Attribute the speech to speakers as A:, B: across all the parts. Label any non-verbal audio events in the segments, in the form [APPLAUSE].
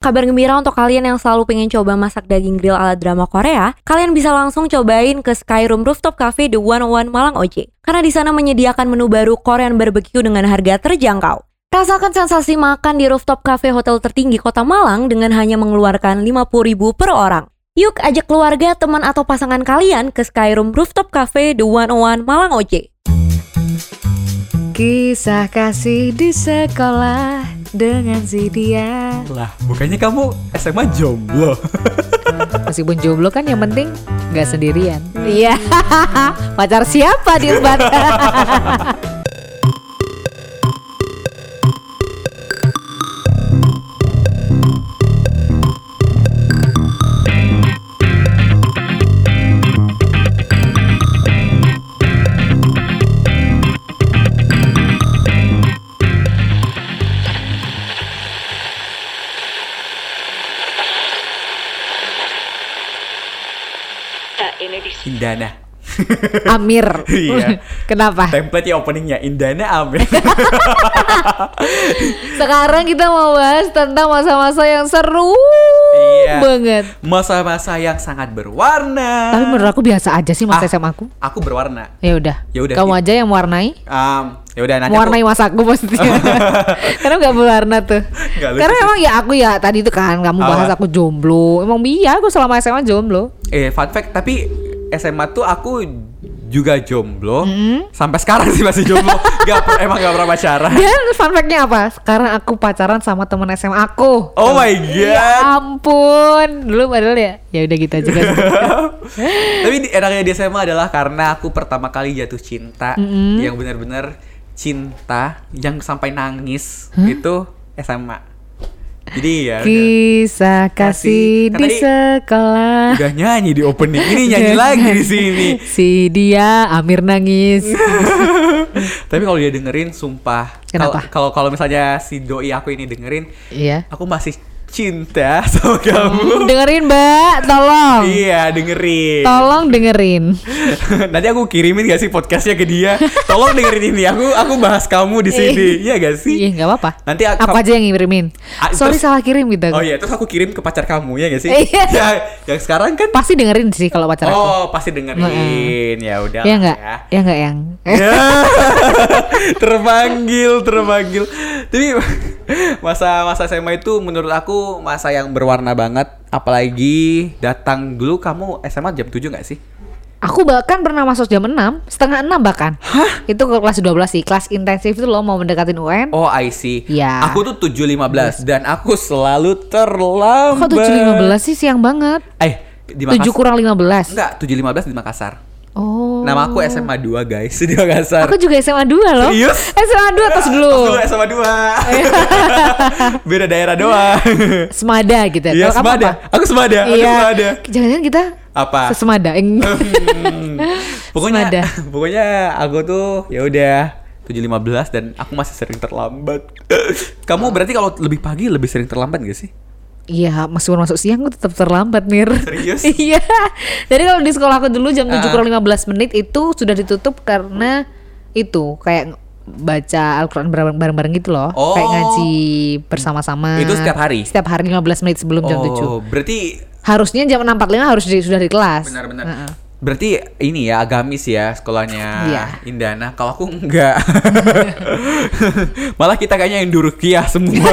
A: Kabar gembira untuk kalian yang selalu pengen coba masak daging grill ala drama Korea, kalian bisa langsung cobain ke Skyroom Rooftop Cafe The 101 Malang OJ. Karena di sana menyediakan menu baru Korean barbecue dengan harga terjangkau. Rasakan sensasi makan di rooftop cafe hotel tertinggi kota Malang dengan hanya mengeluarkan 50.000 per orang. Yuk ajak keluarga, teman atau pasangan kalian ke Skyroom Rooftop Cafe The 101 Malang OJ.
B: Kisah kasih di sekolah Ah, dengan si dia
C: Lah, bukannya kamu SMA jomblo?
B: Meskipun jomblo kan yang penting nggak sendirian Iya [LAUGHS] Pacar siapa di [LAUGHS]
C: Indana.
B: Amir
C: Iya.
B: Kenapa?
C: Template ya openingnya Indana Amir.
B: Sekarang kita mau bahas tentang masa-masa yang seru
C: Iya.
B: banget
C: Masa-masa yang sangat berwarna.
B: Tapi menurut aku biasa aja sih masa
C: Ah.
B: SMA aku
C: Aku berwarna.
B: Ya udah
C: Ya udah,
B: Kamu
C: i-
B: aja yang mewarnai
C: Um, ya udah nanti
B: mewarnai
C: aku-
B: masa aku
C: [LAUGHS]
B: pastinya karena nggak berwarna tuh
C: Nggak lucu
B: karena
C: sih. Ah.
B: emang ya aku ya tadi itu kan kamu
C: Apa?
B: bahas aku jomblo emang iya aku selama SMA jomblo
C: Eh, fun fact tapi SMA tuh aku juga jomblo. Sampai sekarang sih masih jomblo. gak per- emang gak pernah pacaran.
B: dan fun fact-nya apa sekarang aku pacaran sama teman SMA aku
C: Oh my god.
B: ya ampun dulu padahal ya ya udah gitu
C: [LAUGHS]
B: aja guys
C: Tapi di- enaknya di SMA adalah karena aku pertama kali jatuh cinta yang benar-benar cinta yang sampai nangis itu SMA. Jadi ya udah.
B: kisah kasih
C: Kasih. Kan
B: di
C: tadi-
B: sekolah
C: Udah nyanyi di opening ini nyanyi lagi
B: [LAUGHS]
C: di sini.
B: si dia Amir
C: [LAUGHS]
B: nangis
C: Tapi kalau dia dengerin sumpah kalau-
B: Kenapa?
C: kalau kalau misalnya si doi aku ini dengerin
B: iya
C: aku masih cinta sama kamu.
B: dengerin mbak Oh, tolong
C: Iya, dengerin.
B: tolong dengerin
C: Nanti aku kirimin gak sih podcastnya ke dia. Tolong dengerin ini. Aku aku bahas kamu di sini. Iya gak
B: Eh,
C: sih?
B: Iya nggak apa-apa.
C: Nanti aku-
B: aku aja yang ngirimin.
C: Nah, Ah,
B: Sorry
C: terus-
B: salah kirim gitu.
C: Oh iya, terus aku kirim ke pacar kamu ya gak sih?
B: Iya.
C: [LAUGHS] Ya, yang sekarang kan
B: Pasti dengerin sih kalau pacar aku.
C: Oh, pasti dengerin. Ya udah.
B: Iya nggak?
C: Ya.
B: Iya nggak yang?
C: Ya. [LAUGHS] terpanggil, terpanggil. Jadi [LAUGHS] masa-masa SMA itu menurut aku masa yang berwarna banget, apalagi datang dulu kamu SMA jam 7 nggak sih?
B: Aku bahkan pernah masuk jam 6, setengah 6 bahkan. Hah? Itu ke kelas 12 sih. Kelas intensif itu loh mau mendekatin UN.
C: Oh, I see.
B: Iya.
C: Aku tuh 7.15 dan aku selalu terlambat.
B: Kok 7.15 sih siang banget?
C: Eh, Oh, di
B: 7
C: Makassar.
B: kurang 15.
C: Enggak, 7.15 di Makassar.
B: Oh.
C: Nama aku SMA 2, guys, [LAUGHS] di Makassar.
B: Aku juga SMA 2 loh. Eh,
C: Serius?
B: SMA 2 atas dulu.
C: Atas sama
B: [LAUGHS]
C: dua. Beda daerah doang.
B: Semada gitu.
C: Iya
B: Kalau kamu
C: semada.
B: apa?
C: Aku semada.
B: Iya.
C: Aku semada.
B: Jangan-jangan kita
C: Apa?
B: sesemada. Eng.
C: Hmm. [LAUGHS] pokoknya
B: Semada.
C: [LAUGHS] pokoknya aku tuh ya udah 7.15 dan aku masih sering terlambat. [LAUGHS] Kamu berarti kalau lebih pagi lebih sering terlambat gak sih?
B: Iya, meskipun masuk siang gue tetap terlambat, Mir.
C: Serius?
B: [LAUGHS] iya. Jadi kalau di sekolah aku dulu jam 7
C: Ah.
B: kurang 15 menit itu sudah ditutup karena itu kayak baca Al-Qur'an bareng- bareng-bareng gitu loh.
C: Oh.
B: Kayak ngaji bersama-sama.
C: Itu setiap hari?
B: Setiap hari 15 menit sebelum jam 7.
C: oh, berarti
B: Harusnya jam 6.45 harus di- sudah di kelas.
C: benar-benar.
B: Heeh.
C: Berarti ini ya agamis ya sekolahnya
B: Iya.
C: Indana. Kalau aku enggak. [LAUGHS] Malah kita kayaknya yang durkiah
B: [LAUGHS]
C: semua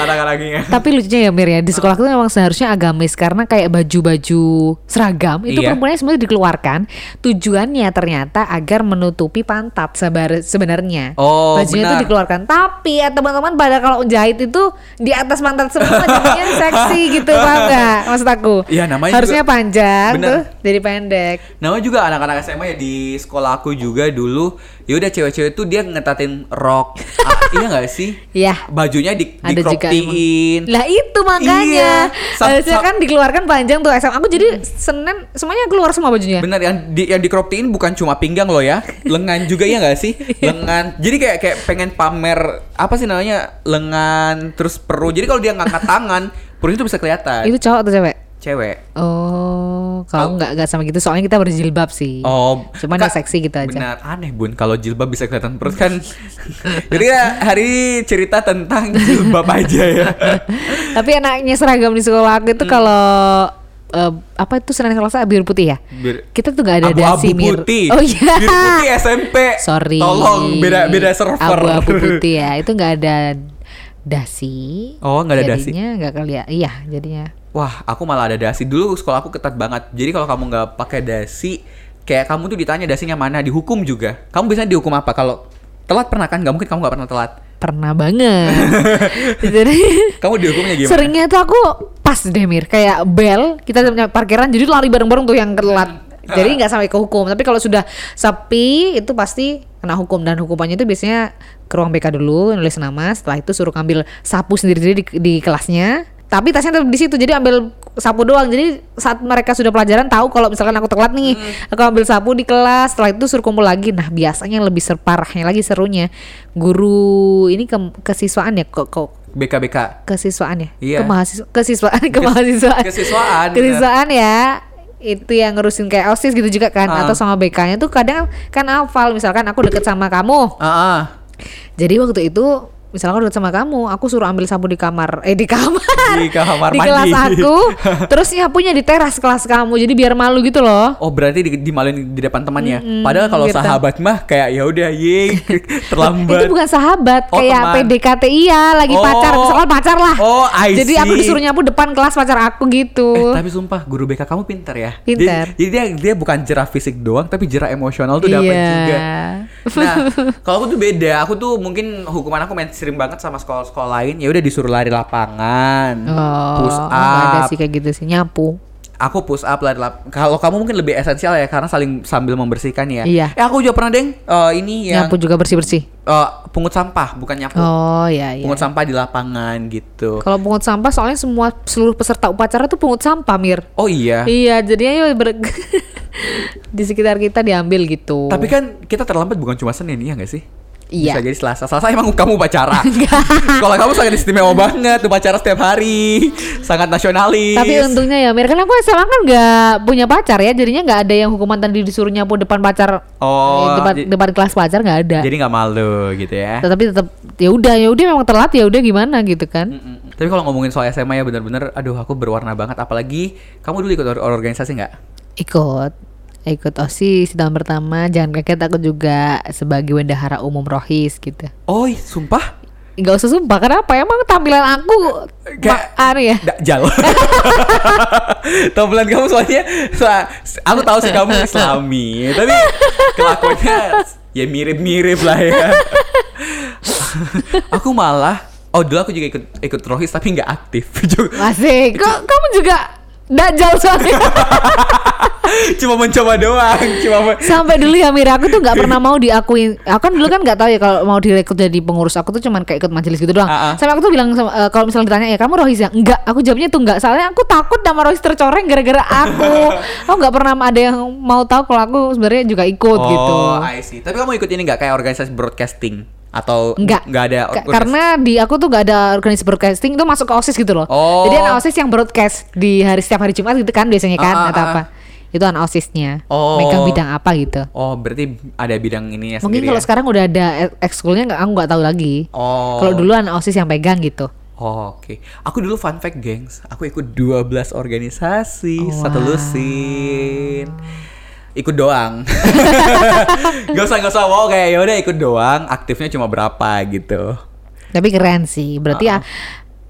C: anak-anaknya.
B: Tapi lucunya ya Mir ya, di sekolah itu memang seharusnya agamis karena kayak baju-baju seragam itu
C: Iya.
B: perempuannya sebenarnya dikeluarkan. Tujuannya ternyata agar menutupi pantat sebar- sebenarnya.
C: Oh,
B: Bajunya itu
C: benar.
B: dikeluarkan. Tapi ya teman-teman pada kalau jahit itu di atas pantat semua
C: [LAUGHS]
B: jadinya seksi gitu paham nggak? Maksud aku.
C: Iya, namanya
B: Harusnya
C: juga-
B: panjang
C: Benar.
B: tuh jadi pendek.
C: Nama juga anak-anak SMA ya di sekolah aku juga dulu ya udah cewek-cewek tuh dia ngetatin rok. Ah, iya gak sih?
B: Iya.
C: Bajunya di
B: Ada juga
C: dikroptiin.
B: emang. Lah itu makanya.
C: Iya. Sab-
B: Harusnya
C: sab-
B: kan dikeluarkan panjang tuh SM. Aku jadi Senin semuanya keluar semua bajunya.
C: Bener yang di yang dikroptiin bukan cuma pinggang loh ya, lengan juga ya
B: [LAUGHS]
C: gak sih? Lengan. Jadi kayak kayak pengen pamer apa sih namanya? Lengan terus [LAUGHS] perut. Jadi kalau dia ngangkat tangan, perutnya tuh bisa kelihatan.
B: Itu cowok atau cewek?
C: Cewek.
B: Oh. Oh, kalau nggak nggak sama gitu, soalnya kita berjilbab sih.
C: Oh,
B: Cuman
C: Kak,
B: ya seksi gitu aja.
C: Benar, aneh bun kalau jilbab bisa kelihatan perut kan. [LAUGHS] Jadi ya, hari ini cerita tentang [LAUGHS] jilbab aja ya.
B: Tapi enaknya seragam di sekolah aku
C: Hmm.
B: itu kalau eh, apa itu Senin Selasa biru putih ya?
C: Bir-
B: Kita tuh nggak [LAUGHS] ada
C: Abu-abu
B: dasimir.
C: putih.
B: Oh iya.
C: Biru putih SMP.
B: [LAUGHS] Sorry.
C: Tolong beda beda server. [LAUGHS]
B: Abu-abu putih ya, itu nggak ada dasi.
C: Oh, nggak ada dasi.
B: Jadinya nggak kelihatan. Iya, jadinya.
C: Wah, aku malah ada dasi. Dulu sekolah aku ketat banget. Jadi kalau kamu nggak pakai dasi, kayak kamu tuh ditanya dasinya mana, dihukum juga. Kamu biasanya dihukum apa? Kalau telat pernah kan? Gak mungkin kamu nggak pernah telat.
B: Pernah banget.
C: [LAUGHS]
B: Jadi
C: Kamu dihukumnya gimana?
B: seringnya tuh aku pas deh Mir, kayak bel kita punya parkiran jadi lari bareng-bareng tuh yang telat. Jadi nggak sampai ke hukum, tapi kalau sudah sepi itu pasti kena hukum dan hukumannya itu biasanya ke ruang BK dulu nulis nama, setelah itu suruh ngambil sapu sendiri-sendiri di, di kelasnya. Tapi tasnya tetap di situ, jadi ambil sapu doang. Jadi saat mereka sudah pelajaran tahu kalau misalkan aku telat nih, aku ambil sapu di kelas, setelah itu suruh kumpul lagi. Nah biasanya yang lebih ser- parahnya lagi serunya guru ini ke kesiswaan ya kok kok
C: BKBK.
B: kesiswaan ya
C: Iya.
B: Kemahasiswa- kesiswaan [LAUGHS] kemahasiswaan
C: kesiswaan, bener.
B: Kesiswaan ya itu yang ngurusin kayak osis gitu juga kan
C: Ah.
B: atau sama BK-nya tuh kadang kan hafal misalkan aku deket sama kamu
C: Ah, ah.
B: jadi waktu itu misalkan aku deket sama kamu aku suruh ambil sapu di kamar eh di kamar
C: Di kamar
B: di
C: mandi.
B: kelas
C: [LAUGHS]
B: aku terus nyapunya di teras kelas kamu jadi biar malu gitu loh
C: Oh berarti di, dimaluin di depan temannya. Padahal kalau
B: gitu.
C: sahabat mah kayak ya udah ye
B: itu
C: [LAUGHS] terlambat.
B: bukan sahabat
C: Oh,
B: kayak
C: teman.
B: PDKT iya lagi
C: Oh.
B: pacar misalkan pacar lah
C: Oh, I
B: jadi aku
C: see.
B: disuruh nyapu depan kelas pacar aku gitu
C: Eh, tapi sumpah guru BK kamu pintar ya. Jadi-
B: Pintar.
C: Jadi, dia dia bukan jerah fisik doang tapi jerah emosional tuh dapat
B: Iya.
C: juga.
B: [LAUGHS]
C: Nah, kalau aku tuh beda. Aku tuh mungkin hukuman aku mainstream banget sama sekolah-sekolah lain. Ya udah disuruh lari lapangan,
B: Oh,
C: push
B: nggak ada
C: up.
B: sih kayak gitu sih nyapu.
C: Aku push up lari lap- Kalau kamu mungkin lebih esensial ya karena saling sambil membersihkan ya.
B: Iya.
C: Eh aku juga pernah deng eh, ini yang
B: Nyapu juga bersih-bersih.
C: eh, pungut sampah bukan nyapu.
B: Oh, iya iya.
C: Pungut sampah di lapangan gitu.
B: Kalau pungut sampah soalnya semua seluruh peserta upacara tuh pungut sampah, Mir.
C: Oh iya.
B: Iya, jadinya ya ber- [LAUGHS] di sekitar kita diambil gitu.
C: Tapi kan kita terlambat bukan cuma Senin, iya gak sih?
B: Iya.
C: Bisa jadi Selasa. Selasa emang kamu
B: [LAUGHS]
C: pacara. Kalau kamu sangat istimewa banget, tuh pacara setiap hari, sangat nasionalis.
B: Tapi untungnya ya Mir, kan aku SMA kan nggak punya pacar ya, jadinya nggak ada yang hukuman tadi disuruh nyapu depan pacar,
C: Oh,
B: eh, depan,
C: jadi-
B: depan kelas pacar nggak ada.
C: jadi nggak malu gitu ya.
B: Tetapi tetap ya udah ya udah memang telat ya udah gimana gitu kan?
C: Mm-mm. Tapi kalau ngomongin soal SMA ya bener-bener, aduh aku berwarna banget. Apalagi kamu dulu ikut or- organisasi nggak?
B: ikut ikut osis tahun pertama jangan kaget aku juga sebagai bendahara umum rohis gitu
C: Oh, ih, sumpah?
B: [LAUGHS] nggak usah sumpah kenapa emang tampilan aku
C: Kayak-
B: ma- anu ya
C: [LAUGHS] Dajjal. Tampilan kamu soalnya, soal- aku tahu sih kamu Islami, tapi kelakuannya ya mirip-mirip lah ya. [LAUGHS] aku malah, oh dulu aku juga ikut ikut rohis tapi nggak aktif, [LAUGHS] Cuma-
B: masih kok kamu juga dajal soalnya
C: [LAUGHS] cuma mencoba doang, cuma men-
B: sampai dulu ya Mira aku tuh nggak pernah mau diakuin aku kan dulu kan nggak tahu ya kalau mau direkrut jadi pengurus aku tuh cuman kayak ikut majelis gitu doang
C: Ah, ah.
B: sampai aku tuh bilang sama- eh, kalau misalnya ditanya ya kamu rohis ya enggak aku jawabnya tuh enggak soalnya aku takut nama rohis tercoreng gara-gara aku
C: [LAUGHS]
B: aku nggak pernah ada yang mau tahu kalau aku sebenarnya juga ikut
C: oh,
B: gitu
C: I see. Tapi kamu ikut ini nggak kayak organisasi broadcasting atau
B: Enggak.
C: nggak ada?
B: Ka-
C: organisasi-
B: karena di aku tuh gak ada organisasi broadcasting itu masuk ke OSIS gitu loh.
C: Oh.
B: Jadi anak OSIS yang broadcast di hari setiap hari Jumat gitu kan biasanya kan
C: Ah, ah,
B: atau
C: ah,
B: apa. Itu anak OSISnya.
C: Oh.
B: Megang bidang apa gitu.
C: Oh, berarti ada bidang
B: Mungkin
C: ininya sendiri
B: kalau
C: ya?
B: sekarang udah ada e- ekskulnya nggak aku nggak tahu lagi.
C: Oh.
B: Kalau dulu anak OSIS yang pegang gitu.
C: Oh, Oke, aku dulu fun fact gengs, aku ikut 12
B: Oh,
C: organisasi, satu lusin. Ikut doang. [LAUGHS] gak usah gak usah wow kayak ya udah ikut doang, aktifnya cuma berapa gitu.
B: Tapi keren sih. Berarti ya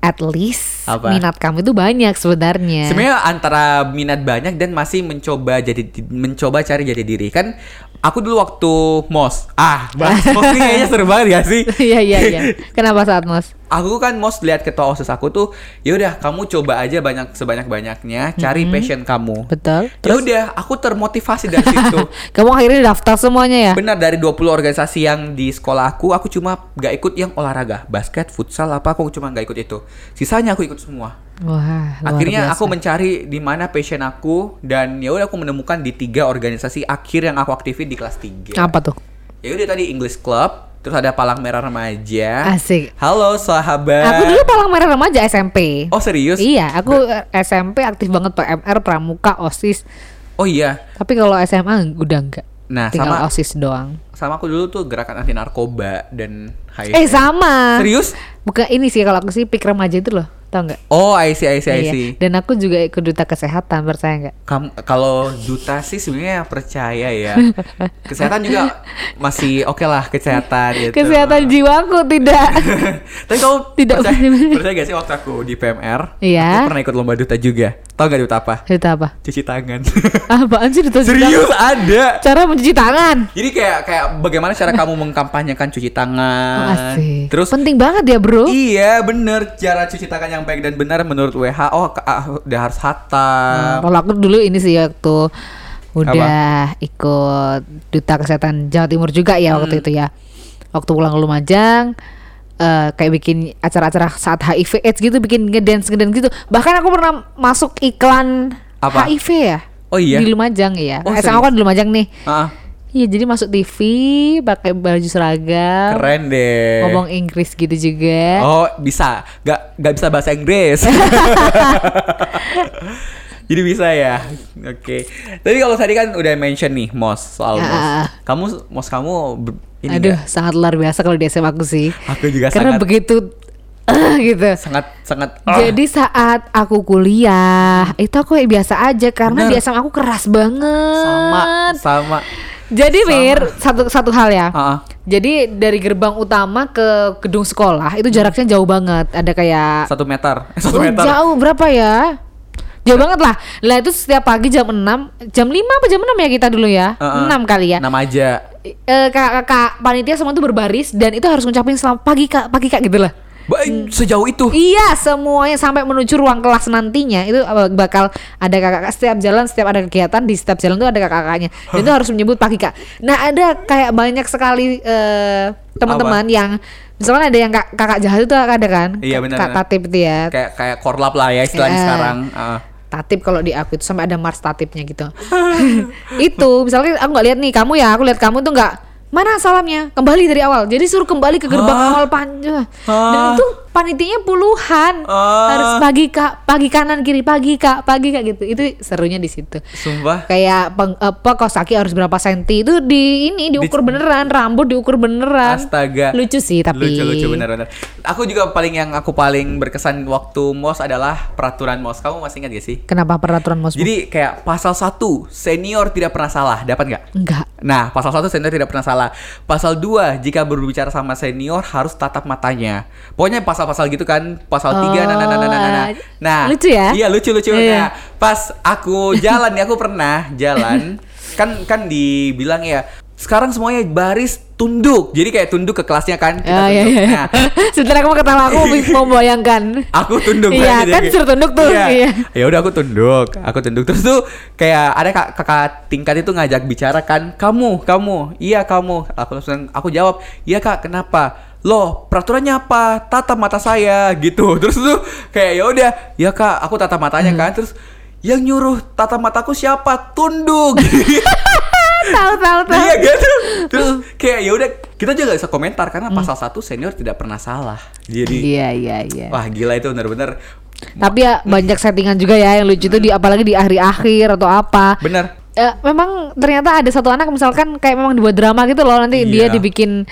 B: at least
C: Ah, Apa?
B: minat kamu itu banyak sebenarnya.
C: Sebenarnya antara minat banyak dan masih mencoba jadi mencoba cari jadi diri kan. Aku dulu waktu mos, ah bahas mos ini kayaknya seru banget gak sih?
B: [LAUGHS] Iya iya iya. Kenapa saat mas?
C: aku kan most lihat ketua osis aku tuh ya udah kamu coba aja banyak sebanyak banyaknya cari passion kamu
B: Betul.
C: ya udah aku termotivasi dari
B: [LAUGHS]
C: situ
B: Kamu akhirnya daftar semuanya ya?
C: benar dari 20 organisasi yang di sekolah aku aku cuma nggak ikut yang olahraga basket futsal apa aku cuma nggak ikut itu sisanya aku ikut semua
B: Wah. luar
C: akhirnya
B: biasa.
C: aku mencari di mana passion aku dan ya udah aku menemukan di tiga organisasi akhir yang aku aktifin di kelas 3
B: apa tuh?
C: ya udah tadi English Club Terus ada palang merah remaja.
B: Asik.
C: Halo sahabat.
B: Aku dulu palang merah remaja SMP.
C: Oh serius?
B: Iya, aku SMP aktif banget PMR, pramuka, OSIS.
C: Oh iya.
B: Tapi kalau SMA udah enggak.
C: Nah,
B: Tinggal
C: sama-
B: OSIS doang.
C: Sama aku dulu tuh gerakan anti narkoba dan HIV.
B: Eh, sama.
C: Iya. Serius?
B: Bukan ini sih kalau aku sih pik remaja itu loh, tau nggak? Iya,
C: Oh, I see, I see, I see.
B: Dan aku juga ikut duta kesehatan, percaya nggak?
C: Kam- kalau duta sih sebenarnya percaya
B: [LAUGHS]
C: ya. Kesehatan juga masih oke lah kesehatan gitu.
B: Kesehatan jiwaku tidak.
C: [LAUGHS] Tapi kamu
B: Tidak
C: percaya,
B: boleh.
C: percaya gak sih waktu aku di PMR?
B: [LAUGHS] Iya.
C: Aku pernah ikut lomba duta juga. Tau gak duta apa?
B: Duta apa?
C: Cuci tangan.
B: Ah, apaan sih duta
C: Serius
B: kesehatan?
C: ada.
B: Cara mencuci tangan.
C: Jadi kayak kayak bagaimana cara kamu mengkampanyekan cuci tangan.
B: Asik.
C: Ah, Terus
B: penting banget ya, Bro.
C: Iya bener cara cuci tangan yang baik dan benar menurut WHO ke- ah, udah harus hatam.
B: Kalau aku dulu ini sih waktu udah ikut duta kesehatan Jawa Timur juga ya waktu
C: Hmm.
B: itu ya. Waktu pulang ke Lumajang eh, kayak bikin acara-acara saat HIV AIDS gitu bikin ngedance ngedance gitu. Bahkan aku pernah masuk iklan
C: Apa?
B: HIV ya.
C: Oh iya?
B: Di Lumajang ya.
C: Oh,
B: Eh, sama
C: serius?
B: aku kan di Lumajang nih.
C: Ah,
B: Iya, jadi masuk TV pakai baju seragam,
C: keren deh.
B: ngomong Inggris gitu juga.
C: Oh bisa, gak gak bisa
B: [LAUGHS]
C: bahasa Inggris. Jadi bisa ya, oke. Tapi kalau tadi kan udah mention nih mos soal mos.
B: Ah.
C: Kamu mos kamu ber- ini
B: Aduh,
C: nggak?
B: sangat luar biasa kalau di SMA aku sih.
C: Aku juga
B: Karena
C: sangat-
B: begitu [CLEARS THROAT] gitu.
C: sangat sangat.
B: Jadi saat aku kuliah itu aku kayak biasa aja karena
C: Bener.
B: di SMA aku keras banget.
C: sama sama.
B: Jadi
C: Sama.
B: Mir satu satu hal ya.
C: Ah, ah.
B: Jadi dari gerbang utama ke gedung sekolah itu jaraknya jauh banget. Ada kayak
C: Satu meter, [LAUGHS] Eh, satu
B: Oh,
C: meter.
B: jauh berapa ya? Jauh banget lah. Lah itu setiap pagi jam 6, jam 5 apa jam 6 ya kita dulu ya?
C: Ah, ah.
B: 6 kali ya.
C: Enam aja.
B: Eh, kakak, kakak panitia semua tuh berbaris dan itu harus ngucapin selamat pagi kak pagi kak gitu lah
C: Ba- eh, Sejauh itu.
B: iya semuanya sampai menuju ruang kelas nantinya itu eh, bakal ada kakak setiap jalan setiap ada kegiatan di setiap jalan tuh ada kakak-kakaknya dan itu harus menyebut pagi kak nah ada kayak banyak sekali eh, teman-teman yang misalkan ada yang kak, kakak jahat itu ada kan
C: Iya,
B: Kak-
C: benar,
B: kak
C: benar.
B: tatip itu ya
C: kayak kayak korlap lah ya istilahnya
B: Ya.
C: sekarang. Ah.
B: tatip kalau di aku itu sampai ada mars tatipnya gitu [LAUGHS] itu misalnya aku nggak lihat nih kamu ya aku lihat kamu tuh nggak mana salamnya kembali dari awal jadi suruh kembali ke gerbang
C: Hah?
B: awal panjang dan
C: Hah?
B: itu panitinya puluhan
C: Ah.
B: harus pagi kak pagi kanan kiri pagi kak pagi kak gitu itu serunya di situ
C: sumpah.
B: kayak peng, apa kaos kaki harus berapa senti itu di ini diukur beneran rambut diukur beneran
C: Astaga.
B: lucu sih tapi
C: Lucu lucu benar benar. Aku juga paling yang aku paling berkesan waktu mos adalah peraturan mos. Kamu masih ingat gak sih?
B: kenapa peraturan mos
C: Jadi kayak pasal 1 senior tidak pernah salah, dapat nggak?
B: enggak
C: Nah, pasal 1 senior tidak pernah salah. Pasal 2 jika berbicara sama senior harus tatap matanya. Pokoknya pasal-pasal gitu kan, pasal 3 nah nah nah nah nah. nah. Nah,
B: Oh, Lucu ya?
C: Iya, lucu-lucu.
B: Iya.
C: Nah, pas aku jalan nih aku pernah
B: [LAUGHS]
C: jalan kan kan dibilang ya sekarang semuanya baris tunduk. Jadi kayak tunduk ke kelasnya kan. Kita
B: Ah, iya,
C: tunduk.
B: iya, iya. [LAUGHS]
C: Nah,
B: Sebentar kamu ketawa aku
C: [LAUGHS]
B: mau membayangkan.
C: aku tunduk
B: Iya, kan
C: jadi kayak-
B: suruh tunduk tuh, iya.
C: ya udah aku tunduk aku tunduk terus tuh kayak ada kak kakak tingkat itu ngajak bicara kan kamu kamu iya kamu aku langsung aku jawab iya kak kenapa loh peraturannya apa tatap mata saya gitu [LAUGHS] terus tuh kayak ya udah ya kak aku tatap matanya
B: Hmm.
C: kan terus yang nyuruh tatap mataku siapa tunduk [LAUGHS]
B: Oh, tahu tahu tahu.
C: iya gitu terus kayak ya udah kita juga gak bisa komentar
B: Hmm.
C: karena pasal satu senior tidak pernah salah jadi
B: Iya iya iya.
C: wah gila itu bener-bener
B: Tapi ya banyak settingan juga ya yang lucu tuh di apalagi di akhir-akhir atau apa.
C: bener
B: Eh, memang ternyata ada satu anak misalkan kayak memang dibuat drama gitu loh nanti dia
C: Iya.
B: dibikin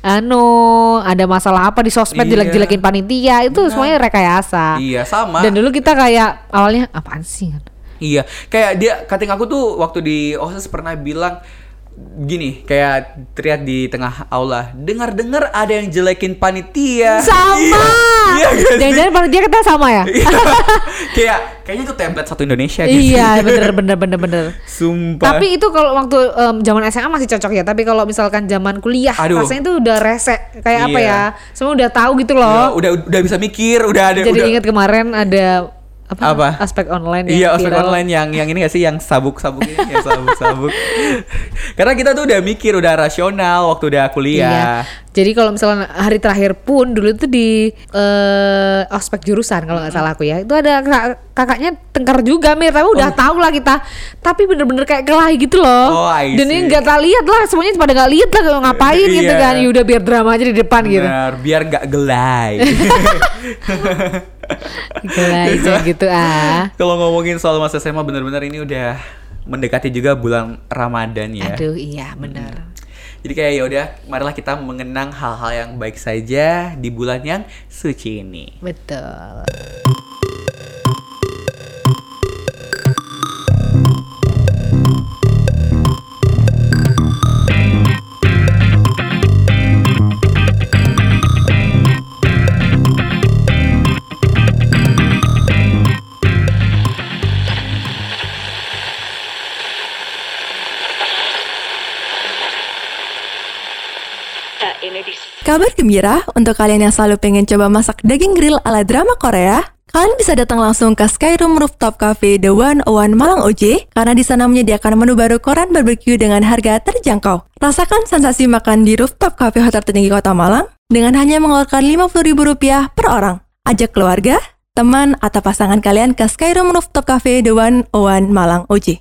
B: anu ada masalah apa di sosmed
C: Iya.
B: jelek-jelekin panitia itu semuanya rekayasa.
C: Iya sama.
B: Dan dulu kita kayak awalnya apaan sih?
C: Iya, kayak dia kating aku tuh waktu di OSIS pernah bilang gini, kayak teriak di tengah aula, dengar-dengar ada yang jelekin panitia.
B: Sama.
C: Iya, iya gak sih?
B: Jangan-jangan panitia kita sama ya?
C: Iya. [LAUGHS] kayak kayaknya itu template satu Indonesia gitu.
B: iya, bener bener bener bener.
C: Sumpah.
B: Tapi itu kalau waktu em, zaman SMA masih cocok ya, tapi kalau misalkan zaman kuliah
C: Aduh.
B: rasanya itu udah rese kayak apa
C: Iya.
B: ya? Semua udah tahu gitu
C: Ya,
B: loh.
C: Iya. udah udah bisa mikir, udah ada
B: Jadi kan ya,
C: udah
B: ingat kemarin ada apa,
C: Apa?
B: aspek online yang
C: Iya, ospek
B: viral.
C: online yang yang ini gak sih yang sabuk-sabuk ini, yang sabuk-sabuk. [LAUGHS] Karena kita tuh udah mikir, udah rasional waktu udah kuliah.
B: Iya. Jadi kalau misalnya hari terakhir pun dulu itu di eh ospek jurusan kalau nggak salah aku ya. Itu ada kak- kakaknya tengkar juga Mir, tapi udah tahu lah kita. Tapi bener-bener kayak kelahi gitu loh.
C: Oh, I
B: Dan ini
C: see.
B: nggak tak lihat lah, semuanya pada nggak lihat lah kalau ngapain gitu
C: [LAUGHS] Iya.
B: kan. Ya udah biar drama aja di depan gitu.
C: Bener, biar gak gelai. [LAUGHS]
B: Gila aja gitu ah.
C: Kalau ngomongin soal masa SMA bener-bener ini udah mendekati juga bulan Ramadan ya.
B: Aduh iya bener.
C: Jadi kayak ya udah, marilah kita mengenang hal-hal yang baik saja di bulan yang suci ini.
B: Betul.
D: Kabar gembira untuk kalian yang selalu pengen coba masak daging grill ala drama Korea. Kalian bisa datang langsung ke Skyroom Rooftop Cafe The 101 Malang OJ karena di sana menyediakan menu baru koran barbeque dengan harga terjangkau. Rasakan sensasi makan di rooftop cafe hotel tertinggi kota Malang dengan hanya mengeluarkan Rp50.000 per orang. Ajak keluarga, teman, atau pasangan kalian ke Skyroom Rooftop Cafe The 101 Malang OJ.